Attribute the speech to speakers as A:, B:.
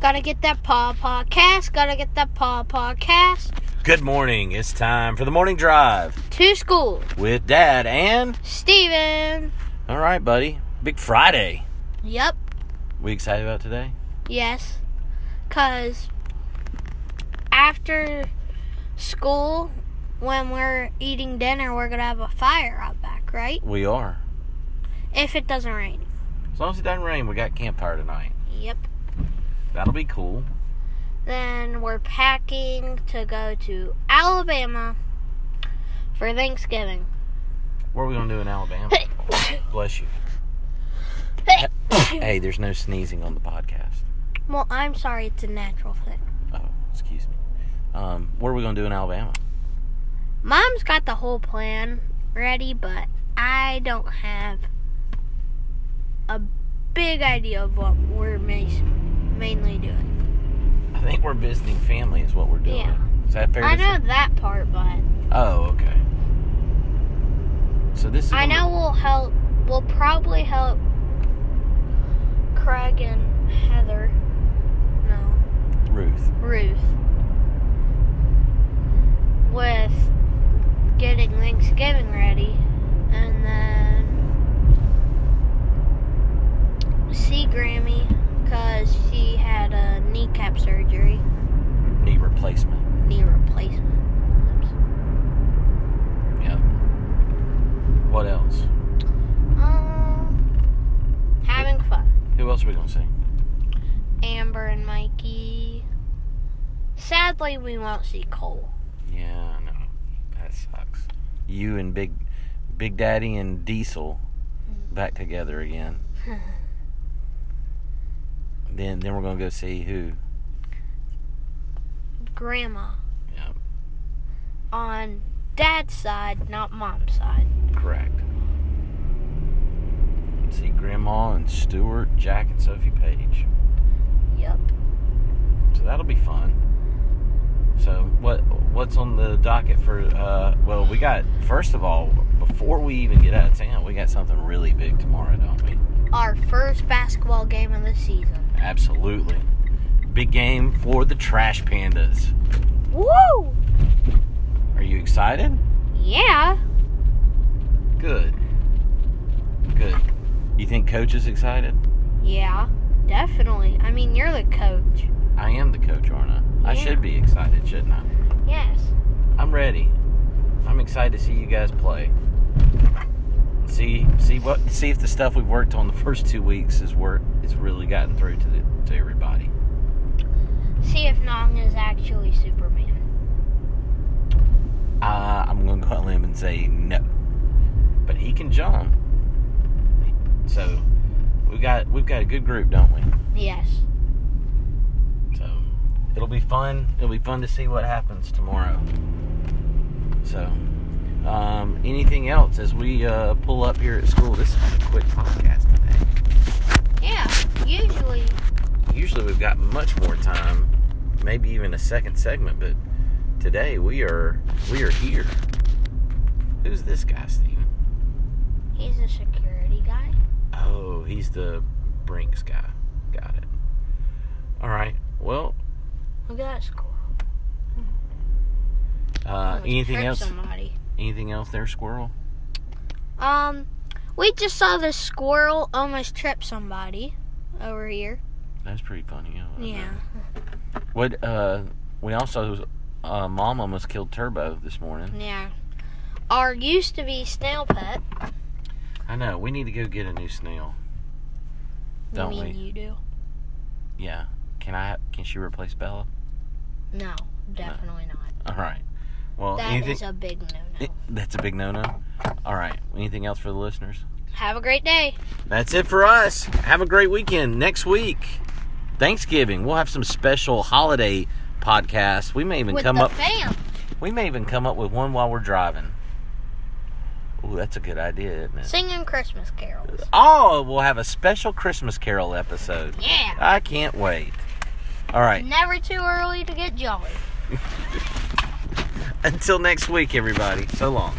A: Gotta get that paw podcast. Gotta get that paw podcast
B: Good morning. It's time for the morning drive
A: to school.
B: with Dad and.
A: Steven.
B: All right, buddy. Big Friday.
A: Yep.
B: We excited about today?
A: Yes. Cause after school, when we're eating dinner, we're gonna have a fire out back, right?
B: We are.
A: If it doesn't rain.
B: As long as it doesn't rain, we got campfire tonight.
A: Yep.
B: That'll be cool.
A: Then we're packing to go to Alabama for Thanksgiving.
B: What are we gonna do in Alabama? Bless you. Hey, there's no sneezing on the podcast.
A: well, I'm sorry, it's a natural thing.
B: Oh, excuse me. Um, what are we gonna do in Alabama?
A: Mom's got the whole plan ready, but I don't have a big idea of what we're ma- mainly doing.
B: I think we're visiting family is what we're doing.
A: Yeah.
B: Is that fair?
A: I
B: to
A: know
B: say?
A: that part, but
B: Oh, okay. So this is.
A: I
B: gonna-
A: know we'll help. We'll probably help Craig and Heather. No.
B: Ruth.
A: Ruth with getting Thanksgiving ready and then see Grammy because she had a kneecap surgery,
B: Knee replacement.
A: knee replacement. Oops.
B: Yeah. What else?
A: Um, having fun.
B: Who else are we gonna see?
A: Amber and Mikey. Sadly, we won't see Cole.
B: Yeah, I know. That sucks. You and Big Big Daddy and Diesel back together again. then then we're gonna go see who.
A: Grandma
B: Yeah,
A: on dad's side, not mom's side.
B: correct. See Grandma and Stuart, Jack and Sophie Page.
A: Yep.
B: So that'll be fun. So what what's on the docket for? Uh, well, we got first of all before we even get out of town, we got something really big tomorrow, don't we?
A: our first basketball game of the season.
B: Absolutely, big game for the Trash Pandas.
A: Woo!
B: Are you excited?
A: Yeah.
B: Good. Good. You think coach is excited?
A: Yeah. Definitely. I mean, you're the coach.
B: I am the coach, aren't I? I
A: Yeah.
B: should be excited, shouldn't I?
A: Yes.
B: I'm ready. I'm excited to see you guys play. See, see what, see if the stuff we've worked on the first two weeks is work is really gotten through to the, to everybody.
A: See if Nong is actually Superman.
B: Uh, I'm gonna go out on a limb and say no, but he can jump. So we got we've got a good group, don't we?
A: Yes.
B: So it'll be fun. It'll be fun to see what happens tomorrow. So um, anything else as we uh, pull up here at school? This is a quick podcast today.
A: Yeah. Usually.
B: usually we've got much more time maybe even a second segment but today we are we are here who's this guy steven
A: He's a security guy.
B: oh he's the brinks guy got it all right well
A: Look at that squirrel.
B: uh,
A: Almost
B: anything
A: hurt
B: else
A: Somebody.
B: anything else there squirrel
A: Um, we just saw this squirrel almost trip somebody over here.
B: that's pretty funny huh?
A: Yeah.
B: what uh we also uh mom almost killed turbo this morning
A: Yeah. Our used to be snail pet.
B: i know we need to go get a new snail Don't
A: I mean,
B: we?
A: you do.
B: yeah can i can she replace bella
A: No, definitely not.
B: all right well
A: That is
B: anything
A: a big no-no.
B: It- That's a big no no. All right. Anything else for the listeners?
A: Have a great day.
B: That's it for us. Have a great weekend. Next week, Thanksgiving, we'll have some special holiday podcasts. We may even
A: With
B: come
A: the
B: up.
A: fam.
B: We may even come up with one while we're driving. Ooh, that's a good idea, isn't it?
A: Singing Christmas carols.
B: Oh, we'll have a special Christmas Carol episode.
A: Yeah.
B: I can't wait. All right.
A: Never too early to get jolly.
B: Until next week, everybody. So long.